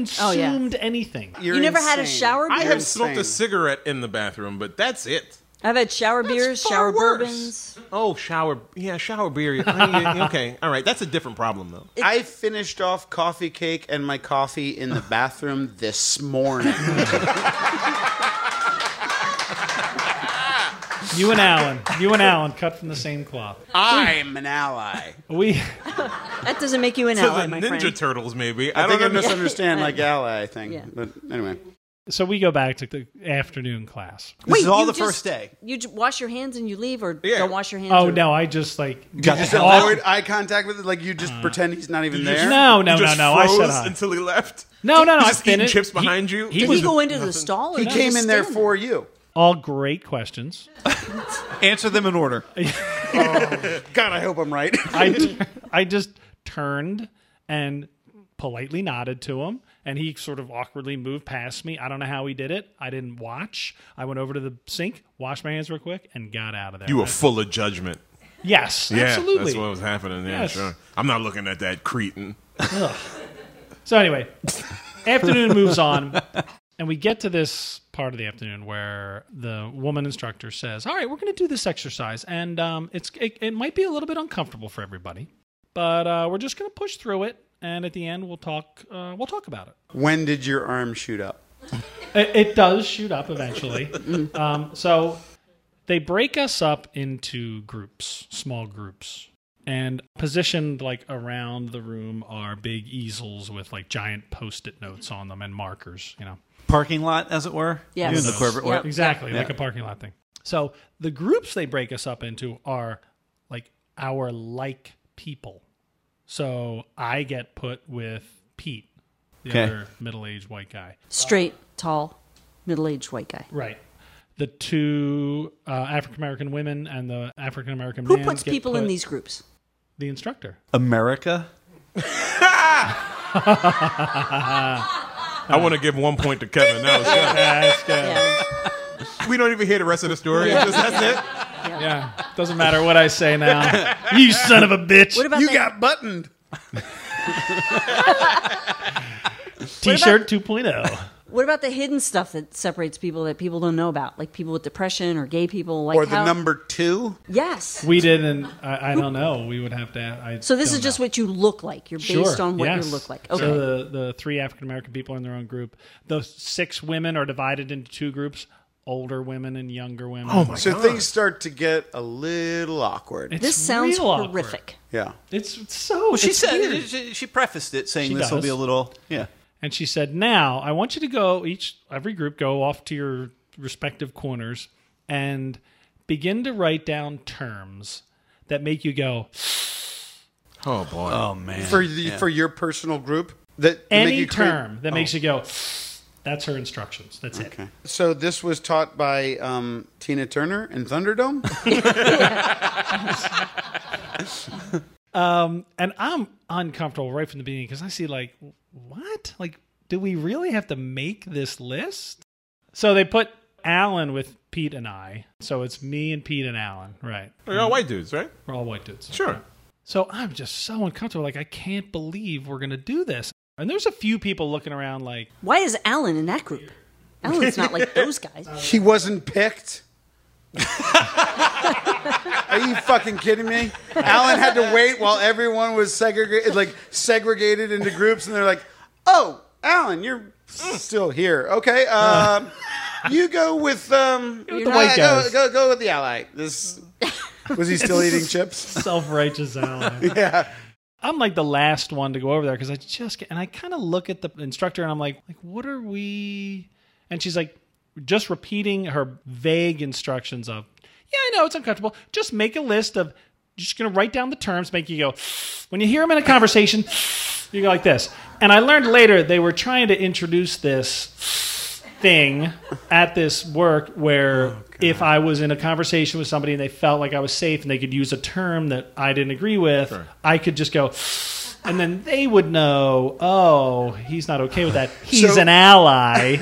Speaker 1: consumed anything.
Speaker 3: You're
Speaker 2: you never had a
Speaker 3: insane.
Speaker 2: shower
Speaker 4: I
Speaker 2: beer?
Speaker 4: have
Speaker 3: insane.
Speaker 4: smoked a cigarette in the bathroom, but that's it.
Speaker 2: I've had shower beers,
Speaker 4: Far
Speaker 2: shower
Speaker 4: worse.
Speaker 2: bourbons.
Speaker 4: Oh, shower. Yeah, shower beer. I- yeah, okay, all right. That's a different problem, though.
Speaker 3: I finished off coffee cake and my coffee in the bathroom this morning.
Speaker 1: You and Alan, you and Alan, cut from the same cloth.
Speaker 3: I'm an ally.
Speaker 1: We
Speaker 2: That doesn't make you an
Speaker 4: To
Speaker 2: ally,
Speaker 4: the
Speaker 2: my
Speaker 4: Ninja
Speaker 2: friend.
Speaker 4: Turtles, maybe.
Speaker 3: I,
Speaker 4: I, don't
Speaker 3: think I
Speaker 4: know.
Speaker 3: misunderstand like ally thing.
Speaker 2: Yeah.
Speaker 3: But anyway,
Speaker 1: so we go back to the afternoon class.
Speaker 5: This is all
Speaker 2: you
Speaker 5: the
Speaker 2: just-
Speaker 5: first day.
Speaker 2: You j- wash your hands and you leave, or
Speaker 4: Yeah.
Speaker 2: don't wash your hands.
Speaker 1: Oh
Speaker 2: or-
Speaker 1: no, I just like
Speaker 3: just
Speaker 1: off-
Speaker 3: avoid eye contact with it. Like Mm. you just pretend he's not even there.
Speaker 1: No, no,
Speaker 4: You
Speaker 1: no,
Speaker 4: just
Speaker 1: no. I said
Speaker 4: froze
Speaker 1: hi.
Speaker 4: until he left.
Speaker 1: No, no, no.
Speaker 4: You
Speaker 1: I
Speaker 4: just eating
Speaker 1: finished.
Speaker 4: chips
Speaker 1: He-
Speaker 4: behind you?
Speaker 1: He
Speaker 2: Did
Speaker 1: was
Speaker 2: he go into the stall? Or
Speaker 3: He
Speaker 2: did
Speaker 3: came
Speaker 2: just
Speaker 3: in there
Speaker 2: stand
Speaker 3: for you.
Speaker 1: all great questions.
Speaker 5: Answer them in order.
Speaker 3: God, I hope I'm right.
Speaker 1: I, t- I just turned and politely nodded to him, and he sort of awkwardly moved past me. I don't know how he did it. I didn't watch. I went over to the sink, washed my hands real quick, and got out of there.
Speaker 4: You were
Speaker 1: I-
Speaker 4: full of judgment.
Speaker 1: yes,
Speaker 4: Yeah,
Speaker 1: absolutely.
Speaker 4: that's what was happening. Yeah,
Speaker 1: Yes.
Speaker 4: sure. I'm not looking at that cretin.
Speaker 1: So anyway, afternoon moves on, and we get to this part of the afternoon where the woman instructor says, "All right, we're going to do this exercise, and um, it's it, it might be a little bit uncomfortable for everybody, but uh, we're just going to push through it, and at the end we'll talk uh, we'll talk about it."
Speaker 3: when did your arm shoot up?
Speaker 1: It, it does shoot up eventually. um, so they break us up into groups, small groups. And positioned like around the room are big easels with like giant post it notes on them and markers, you know.
Speaker 5: Parking lot, as it were.
Speaker 2: Yes.
Speaker 5: Doing the corporate
Speaker 2: Yep.
Speaker 5: work.
Speaker 1: Exactly, like a parking lot thing. So the groups they break us up into are like our like people. So I get put with Pete, the
Speaker 5: Okay.
Speaker 1: other middle aged white guy.
Speaker 2: Straight, tall, middle-aged white guy.
Speaker 1: Right. The two uh, African American women and the African American
Speaker 2: Who
Speaker 1: man.
Speaker 2: puts
Speaker 1: get
Speaker 2: people in
Speaker 1: put-
Speaker 2: these groups?
Speaker 1: The instructor.
Speaker 5: America.
Speaker 4: I want to give one point to Kevin. That was good.
Speaker 2: Yeah.
Speaker 4: We don't even hear the rest of the story. It's just, that's it.
Speaker 1: Yeah. Doesn't matter what I say now. you son of a bitch.
Speaker 2: What about
Speaker 3: You
Speaker 2: that?
Speaker 3: got buttoned.
Speaker 1: T-shirt oh. 2.0.
Speaker 2: What about the hidden stuff that separates people that people don't know about, like people with depression or gay people? Like
Speaker 3: Or the
Speaker 2: how-
Speaker 3: number two.
Speaker 2: Yes.
Speaker 1: We didn't. I, I don't know. We would have to. I
Speaker 2: So this
Speaker 1: don't
Speaker 2: is just
Speaker 1: know.
Speaker 2: what you look like. You're
Speaker 1: Sure,
Speaker 2: based on what
Speaker 1: yes.
Speaker 2: you look like. Okay.
Speaker 1: So the the three African American people in their own group. The six women are divided into two groups: older women and younger women. Oh my!
Speaker 3: So things start to get a little awkward.
Speaker 1: It's
Speaker 2: this sounds
Speaker 1: real awkward.
Speaker 2: horrific.
Speaker 3: yeah.
Speaker 1: It's so.
Speaker 5: She
Speaker 1: it's
Speaker 5: said
Speaker 1: weird.
Speaker 5: she, she prefaced it saying
Speaker 1: She
Speaker 5: this will
Speaker 1: does.
Speaker 5: be a little yeah.
Speaker 1: and she said, "Now I want you to go each every group go off to your respective corners and begin to write down terms that make you go
Speaker 4: Oh, boy.
Speaker 5: Oh man.
Speaker 3: For the, for your personal group that
Speaker 1: any
Speaker 3: make you Oh. create-
Speaker 1: term that makes you go." That's her instructions. That's it.
Speaker 3: So this was taught by um, Tina Turner in Thunderdome.
Speaker 1: And I'm uncomfortable right from the beginning because I see like, what? Like, do we really have to make this list? So they put Alan with Pete and I. So it's me and Pete and Alan. Right.
Speaker 4: You're all white dudes, right?
Speaker 1: We're all white dudes.
Speaker 4: Sure.
Speaker 1: So I'm just so uncomfortable. Like, I can't believe we're going to do this. And there's a few people looking around like,
Speaker 2: Why is Alan in that group? Alan's not like those guys.
Speaker 3: he wasn't picked. Are you fucking kidding me? Alan had to wait while everyone was segregated, like segregated into groups, and they're like, "Oh, Alan, you're still here. Okay, um, you go with um,
Speaker 2: the white
Speaker 3: go-
Speaker 1: guys."
Speaker 3: Go, go with the ally. This was he still eating chips?
Speaker 1: self righteous Alan. yeah. I'm like the last one to go over there because I just get, and I kind of look at the instructor and I'm like, like what are we? And she's like, just repeating her vague instructions of, yeah, I know it's uncomfortable. Just make a list of, just gonna write down the terms, make you go. When you hear them in a conversation, you go like this. And I learned later they were trying to introduce this thing at this work where if I was in a conversation with somebody and they felt like I was safe and they could use a term that I didn't agree with, I could just go, And then they would know, oh, he's not okay with that. He's
Speaker 3: So-
Speaker 1: an ally.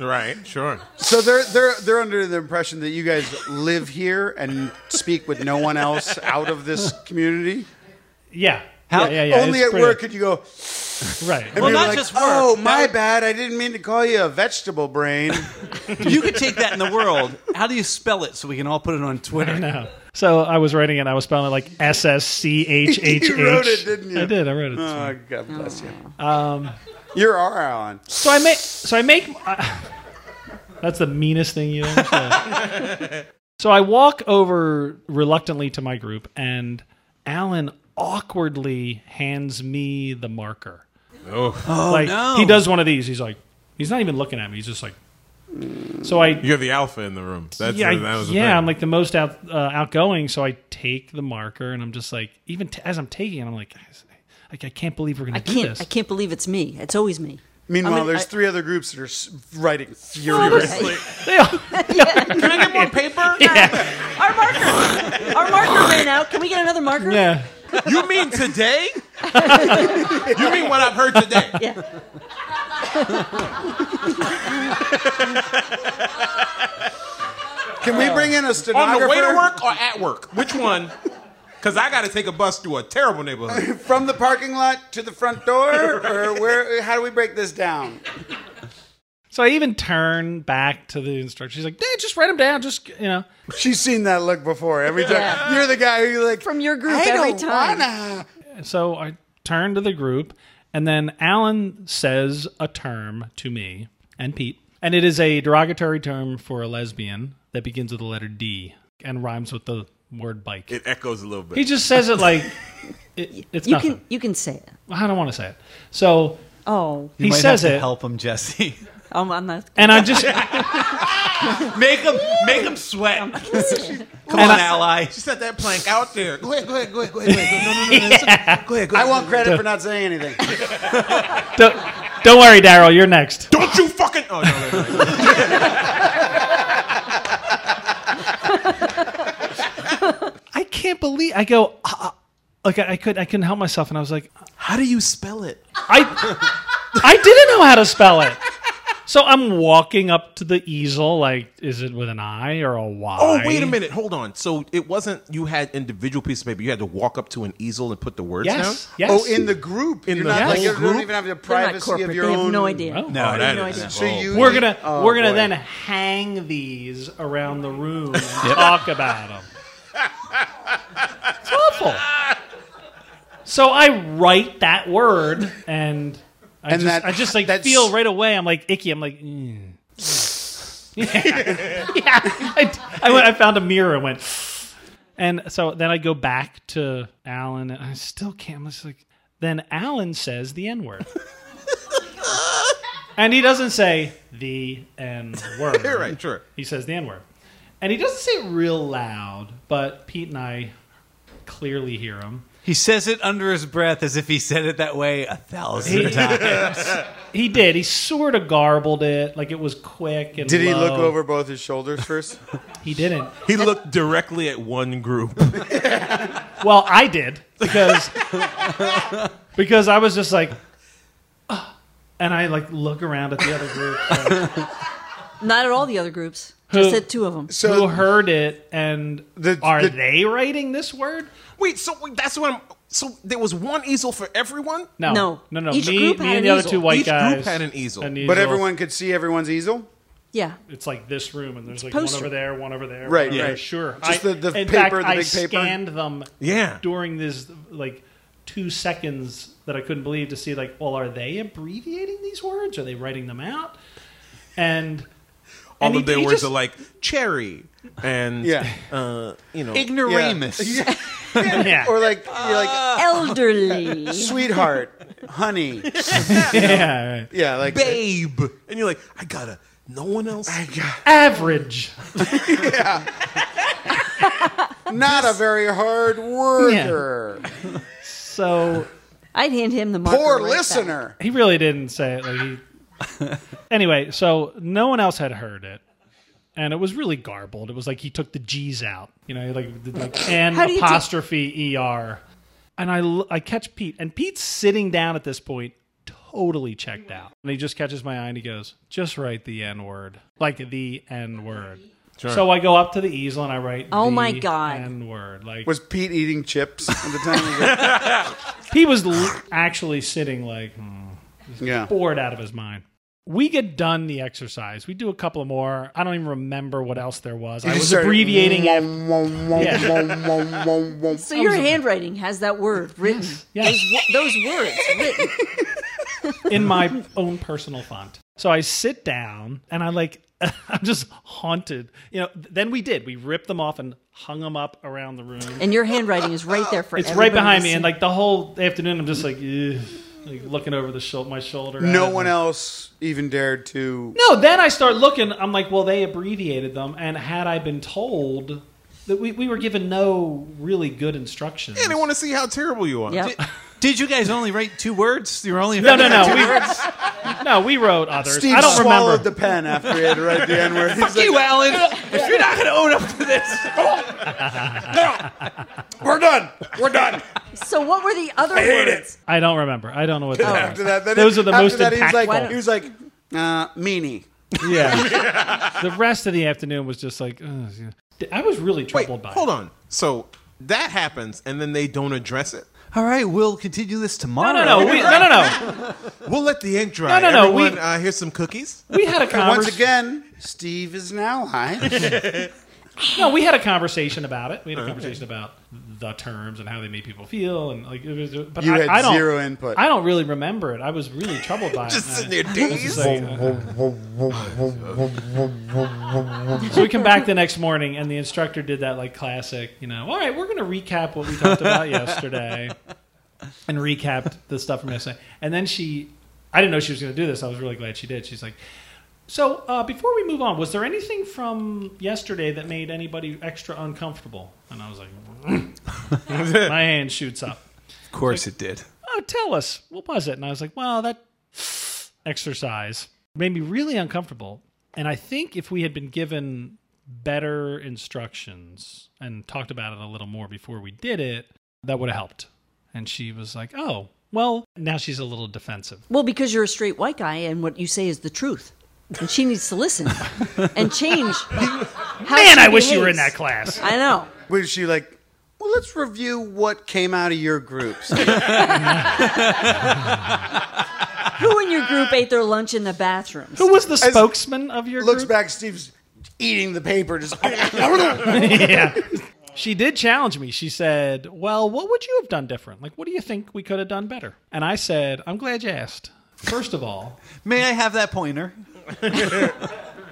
Speaker 4: Right, sure.
Speaker 3: So they're they're they're under the impression that you guys live here and speak with no one else out of this community.
Speaker 1: yeah.
Speaker 5: How-
Speaker 1: yeah, yeah, yeah.
Speaker 3: Only
Speaker 1: It's
Speaker 3: at
Speaker 1: pretty-
Speaker 3: work could you go.
Speaker 1: Right.
Speaker 3: and
Speaker 5: Well,
Speaker 3: be
Speaker 5: not
Speaker 3: like,
Speaker 5: just work.
Speaker 3: Oh, my
Speaker 5: That-
Speaker 3: bad. I didn't mean to call you a vegetable brain.
Speaker 5: You could take that in the world. How do you spell it so we can all put it on Twitter?
Speaker 1: No. So I was writing it. and I was spelling it like S S C H H H.
Speaker 3: You wrote it, didn't you?
Speaker 1: I did. I wrote it.
Speaker 3: oh, God bless you. Um, You're our Alan.
Speaker 1: So I make. So I make. I- that's the meanest thing you. Ever said. so I walk over reluctantly to my group, and Alan awkwardly hands me the marker. Oh, like
Speaker 5: no.
Speaker 1: he does one of these. He's like, he's not even looking at me. He's just like. So I
Speaker 4: You're the alpha in the room. That's
Speaker 1: yeah, I-
Speaker 4: that was the
Speaker 1: yeah,
Speaker 4: thing.
Speaker 1: I'm like the most out uh, outgoing, so I take the marker and I'm just like, even t- as I'm taking it, I'm like, like I can't believe we're gonna
Speaker 2: I
Speaker 1: do
Speaker 2: can't.
Speaker 1: this.
Speaker 2: I can't believe it's me. It's always me.
Speaker 3: Meanwhile,
Speaker 2: I mean,
Speaker 3: there's
Speaker 2: I-
Speaker 3: three other groups that are s- writing furiously.
Speaker 1: They all-
Speaker 5: Can I get more paper?
Speaker 2: Our marker. Our marker ran out. Can we get another marker?
Speaker 1: yeah,
Speaker 5: You mean today?
Speaker 4: you mean what I've heard today?
Speaker 2: Yeah.
Speaker 3: Can we bring in a
Speaker 4: On the way to
Speaker 3: stenographer
Speaker 4: work or at work? Which one? Because I got to take a bus through a terrible neighborhood.
Speaker 3: from the parking lot to the front door, or where? How do we break this down?
Speaker 1: So I even turn back to the instructor. She's like, Dad, just write them down. Just you know,
Speaker 3: She's seen that look before. Every time you're the guy who like
Speaker 2: From your group
Speaker 3: I
Speaker 2: every
Speaker 3: don't
Speaker 2: time.
Speaker 3: wanna.
Speaker 1: so I turn to the group, and then Alan says a term to me and Pete, and it is a derogatory term for a lesbian that begins with the letter D and rhymes with the word bike.
Speaker 4: It echoes a little bit.
Speaker 1: he just says it like it, it's
Speaker 2: You
Speaker 1: nothing.
Speaker 2: can. You can say it.
Speaker 1: I don't want to say it. So
Speaker 2: Oh,
Speaker 1: he says it,
Speaker 5: Help him, Jesse.
Speaker 2: um, I'm not.
Speaker 1: and I just
Speaker 5: Make him, make him sweat. Come on, ally.
Speaker 4: She set that plank out there. Go ahead, go ahead, go ahead, go ahead. Go ahead. No, no, no, no. Go ahead, go
Speaker 3: I
Speaker 4: ahead.
Speaker 3: want credit for not saying anything.
Speaker 1: don't, don't worry, Daryl, you're next.
Speaker 4: Don't you fucking. Oh, no, no, no.
Speaker 1: I can't believe I go. Uh, uh, like I, I could, I couldn't help myself, and I was like,
Speaker 5: How do you spell it?
Speaker 1: I I didn't know how to spell it. So I'm walking up to the easel, like, is it with an I or a Y?
Speaker 4: Oh, wait a minute. Hold on. So it wasn't you had individual pieces of paper. You had to walk up to an easel and put the words
Speaker 1: Yes.
Speaker 4: down?
Speaker 1: Yes.
Speaker 3: Oh, in the group, in you're
Speaker 4: the
Speaker 3: not like
Speaker 4: whole
Speaker 3: you don't
Speaker 4: group?
Speaker 3: even have the
Speaker 2: They're not
Speaker 3: privacy
Speaker 2: corporate.
Speaker 3: of your
Speaker 2: they
Speaker 3: own.
Speaker 2: have no idea.
Speaker 1: Oh.
Speaker 4: No, that
Speaker 2: no idea.
Speaker 4: is.
Speaker 3: So you,
Speaker 1: we're gonna
Speaker 3: Oh,
Speaker 1: we're gonna
Speaker 3: boy.
Speaker 1: then hang these around the room and talk about them. It's awful. So I write that word and I
Speaker 3: And
Speaker 1: just
Speaker 3: that-
Speaker 1: I just like
Speaker 3: that's-
Speaker 1: feel right away. I'm like icky. I'm like. Mm. yeah, yeah. I, I went. I found a mirror and went. And so then I go back to Alan and I still can't. I'm just like. Then Alan says the N word. And he doesn't say the N word.
Speaker 4: You're right, sure.
Speaker 1: He says the N word. And he doesn't say it real loud, but Pete and I clearly hear him.
Speaker 5: He says it under his breath as if he said it that way a thousand
Speaker 1: He-
Speaker 5: times.
Speaker 1: He did. He sort of garbled it, like it was quick and
Speaker 3: Did he look
Speaker 1: low.
Speaker 3: over both his shoulders first?
Speaker 1: He didn't.
Speaker 4: He looked directly at one group.
Speaker 1: Well, I did because because I was just like, "Ah," and I like look around at the other group like,
Speaker 2: Not at all the other groups.
Speaker 1: Who-
Speaker 2: Just at two of them.
Speaker 1: who
Speaker 3: So
Speaker 1: heard it, and
Speaker 3: The-
Speaker 1: are
Speaker 3: the-
Speaker 1: they writing this word?
Speaker 4: Wait, so wait, that's what I'm. So there was one easel for everyone?
Speaker 1: No,
Speaker 2: No.
Speaker 1: no, no.
Speaker 2: Each
Speaker 1: me,
Speaker 2: group
Speaker 1: me
Speaker 2: had
Speaker 1: and
Speaker 2: an
Speaker 1: the other
Speaker 2: easel.
Speaker 1: two white
Speaker 4: Each group
Speaker 1: guys
Speaker 4: had an easel.
Speaker 1: an
Speaker 3: but
Speaker 1: easel.
Speaker 3: everyone could see everyone's easel.
Speaker 2: Yeah.
Speaker 1: it's like this room, and there's like
Speaker 2: poster.
Speaker 1: one over there, one over there.
Speaker 3: Right,
Speaker 1: one over
Speaker 3: right.
Speaker 1: there. Sure.
Speaker 3: Just the- the
Speaker 1: in
Speaker 3: paper,
Speaker 1: fact,
Speaker 3: the
Speaker 1: I
Speaker 3: big paper.
Speaker 1: scanned them.
Speaker 4: Yeah.
Speaker 1: During this, like, two seconds that I couldn't believe to see, like, well, are they abbreviating these words? Are they writing them out? And
Speaker 4: All
Speaker 1: and
Speaker 4: of
Speaker 1: he-
Speaker 4: their
Speaker 1: he
Speaker 4: words
Speaker 1: just-
Speaker 4: are like cherry and,
Speaker 3: Yeah.
Speaker 4: uh, you know.
Speaker 5: Ignoramus.
Speaker 3: Yeah.
Speaker 1: yeah, Ah.
Speaker 3: Or like you're like
Speaker 2: Elderly.
Speaker 3: sweetheart, honey.
Speaker 1: yeah, right.
Speaker 3: Yeah, like
Speaker 4: babe. And you're like, I gotta. No one else.
Speaker 1: average.
Speaker 3: not a very hard worker.
Speaker 1: So
Speaker 2: I'd hand him the marker.
Speaker 3: Poor
Speaker 2: right back.
Speaker 3: listener.
Speaker 1: he really didn't say it. Like he. anyway, so no one else had heard it. And it was really garbled. It was like he took the G's out, you know, he like, did like an
Speaker 2: How do you do-
Speaker 1: apostrophe er. And I, l- I catch Pete, and Pete's sitting down at this point, totally checked out. And he just catches my eye and he goes, Just write the N word, like the N word. So I go up to the easel and I write,
Speaker 2: Oh
Speaker 1: the
Speaker 2: my God.
Speaker 1: N word. Like,
Speaker 3: Was Pete eating chips at the time? He was
Speaker 1: he was l- actually sitting like, hmm.
Speaker 3: like- yeah.
Speaker 1: bored out of his mind. We get done the exercise. We do a couple of more. I don't even remember what else there was. I
Speaker 3: just
Speaker 1: was
Speaker 3: started-
Speaker 1: abbreviating it.
Speaker 2: So your handwriting has that word written.
Speaker 1: Yes,
Speaker 2: Those words written.
Speaker 1: in my own personal font. So I sit down and I like I'm just haunted. You know, then we did. We ripped them off and hung them up around the room.
Speaker 2: And your handwriting is right there for
Speaker 1: It's right
Speaker 2: everybody to
Speaker 1: behind me
Speaker 2: see.
Speaker 1: and like the whole afternoon I'm just like, ugh, like looking over the shul- my shoulder. at
Speaker 3: No
Speaker 1: it.
Speaker 3: one else even dared to.
Speaker 1: No, then I start looking. I'm like, well, they abbreviated them, and had I been told that we, we were given no really good instructions.
Speaker 4: Yeah, they want to see how terrible you are.
Speaker 2: Yep.
Speaker 5: Did you guys only write two words? You were only
Speaker 1: no, no, no. We, no, we wrote others.
Speaker 3: Steve
Speaker 1: I don't
Speaker 3: swallowed
Speaker 1: remember.
Speaker 3: the pen after he had to write the N word. He's
Speaker 5: Fuck
Speaker 3: like,
Speaker 5: you, Alan. If you're not going to own up to this,
Speaker 3: We're done. We're done.
Speaker 2: So what were the other words?
Speaker 1: I don't remember. I don't know what they
Speaker 3: after
Speaker 1: were.
Speaker 3: that, then
Speaker 1: Oh. Those are the
Speaker 3: after
Speaker 1: most
Speaker 3: that, he was
Speaker 1: impactful.
Speaker 3: like, he was like, uh, meanie.
Speaker 1: Yeah. the rest of the afternoon was just like, ugh, yeah. I was really
Speaker 4: Wait,
Speaker 1: troubled by. it.
Speaker 4: hold on. So that happens, and then they don't address it.
Speaker 5: all right, we'll continue this
Speaker 1: No,
Speaker 5: tomorrow.
Speaker 1: no, no. We, no, no, no.
Speaker 4: We'll let the ink dry.
Speaker 1: No, no, no,
Speaker 4: Everyone,
Speaker 1: we-
Speaker 4: uh, here's some cookies.
Speaker 1: We had a
Speaker 3: Once
Speaker 1: conversation.
Speaker 3: again, Steve is an ally.
Speaker 1: No, we had a conversation about it.
Speaker 3: Uh,
Speaker 1: We had a conversation about the terms and how they made people feel, and like it was. But
Speaker 3: You
Speaker 1: I,
Speaker 3: had
Speaker 1: I don't,
Speaker 3: zero input.
Speaker 1: I don't really remember it. I was really troubled by it.
Speaker 4: Just
Speaker 1: And I-
Speaker 4: sitting there dazed.
Speaker 1: So we come back the next morning, and the instructor did that like classic, you know. All right, we're going to recap what we talked about yesterday, and recapped the stuff from yesterday. And then she, I didn't know she was going to do this. I was really glad she did. She's like, so uh, before we move on, was there anything from yesterday that made anybody extra uncomfortable? And I was like, my hand shoots up.
Speaker 5: Of course it did.
Speaker 1: Oh, tell us what was it? And I was like, well, that exercise made me really uncomfortable. And I think if we had been given better instructions and talked about it a little more before we did it, that would have helped. And she was like, oh, well, now she's a little defensive.
Speaker 2: Well, because you're a straight white guy, and what you say is the truth, and she needs to listen and change. How
Speaker 1: Man,
Speaker 2: she
Speaker 1: I wish you were in that
Speaker 2: behaves.
Speaker 1: class.
Speaker 2: I know.
Speaker 3: was she like, well, let's review what came out of your groups.
Speaker 2: Who in your group ate their lunch in the bathrooms?
Speaker 1: Who was the spokesman of your
Speaker 3: Looks
Speaker 1: group?
Speaker 3: back, Steve's eating the paper. Just
Speaker 1: yeah. She did challenge me. She said, Well, what would you have done different? Like, what do you think we could have done better? And I said, I'm glad you asked. First of all,
Speaker 5: May I have that pointer?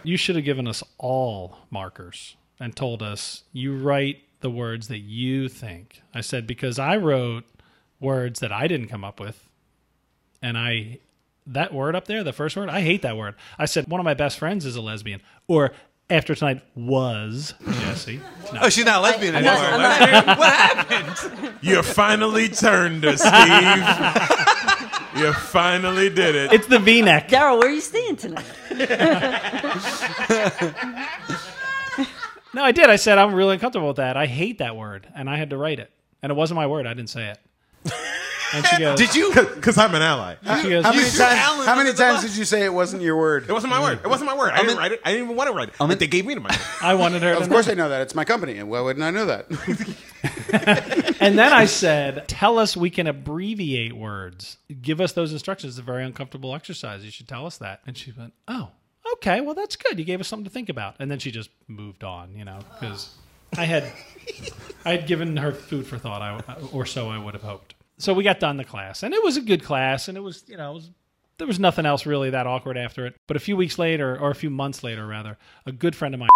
Speaker 1: You should have given us all markers and told us you write the words that you think. I said because I wrote words that I didn't come up with and I that word up there, the first word, I hate that word. I said one of my best friends is a lesbian or after tonight was Jesse. No.
Speaker 5: Oh, she's not lesbian
Speaker 2: I'm
Speaker 5: anymore.
Speaker 2: not- I'm
Speaker 5: what happened?
Speaker 4: You finally turned us, Steve. you finally did it.
Speaker 1: It's the V neck.
Speaker 2: Daryl, where are you staying tonight?
Speaker 1: No, I did. I said I'm really uncomfortable with that. I hate that word and I had to write it. And it wasn't my word. I didn't say it. And she goes,
Speaker 5: Did you?
Speaker 4: Because I'm an ally.
Speaker 1: she goes
Speaker 3: how many
Speaker 5: threw
Speaker 3: times,
Speaker 5: Alan
Speaker 3: how many
Speaker 5: under the
Speaker 3: times
Speaker 5: bus.
Speaker 3: did you say it wasn't your word?
Speaker 4: It wasn't my word. It wasn't my word. I didn't
Speaker 5: in-
Speaker 4: write it. I didn't even want to write it. But they gave me the money.
Speaker 1: I wanted her to
Speaker 3: Of course I know that. It's my company. And why wouldn't I know that?
Speaker 1: And then I said, "Tell us we can abbreviate words. Give us those instructions. It's a very uncomfortable exercise. You should tell us that." And she went, "Oh, okay. Well, that's good. You gave us something to think about." And then she just moved on, you know, because I had I had given her food for thought, I, or so I would have hoped. So we got done the class, and it was a good class, and it was, you know, it was, there was nothing else really that awkward after it. But a few weeks later, or a few months later, rather, a good friend of mine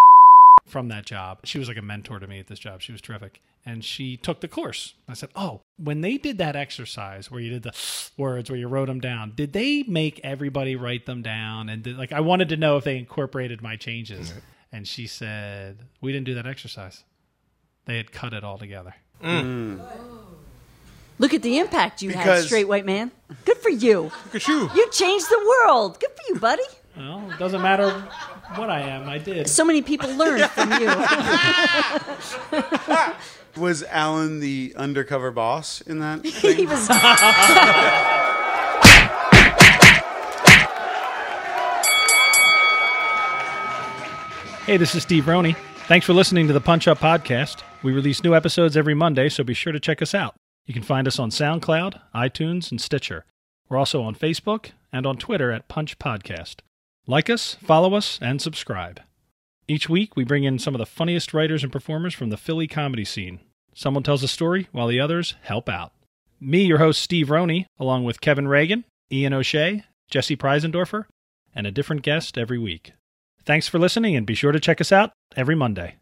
Speaker 1: from that job. She was like a mentor to me at this job. She was terrific. And she took the course. I said, Oh, when they did that exercise where you did the words, where you wrote them down, did they make everybody write them down? And did, like, I wanted to know if they incorporated my changes. And she said, We didn't do that exercise. They had cut it all together.
Speaker 2: Look at the impact you had,
Speaker 3: Because-
Speaker 2: straight white man. Good for you.
Speaker 4: Look at you.
Speaker 2: You changed the world. Good for you, buddy.
Speaker 1: Well, it doesn't matter what I am. I did.
Speaker 2: So many people learned from you.
Speaker 3: Was Alan the undercover boss in that? Thing?
Speaker 2: he was.
Speaker 1: Hey, this is Steve Roney. Thanks for listening to the Punch Up Podcast. We release new episodes every Monday, so be sure to check us out. You can find us on SoundCloud, iTunes, and Stitcher. We're also on Facebook and on Twitter at Punch Podcast. Like us, follow us, and subscribe. Each week, we bring in some of the funniest writers and performers from the Philly comedy scene. Someone tells a story while the others help out. Me, your host, Steve Roney, along with Kevin Reagan, Ian O'Shea, Jesse Preisendorfer, and a different guest every week. Thanks for listening, and be sure to check us out every Monday.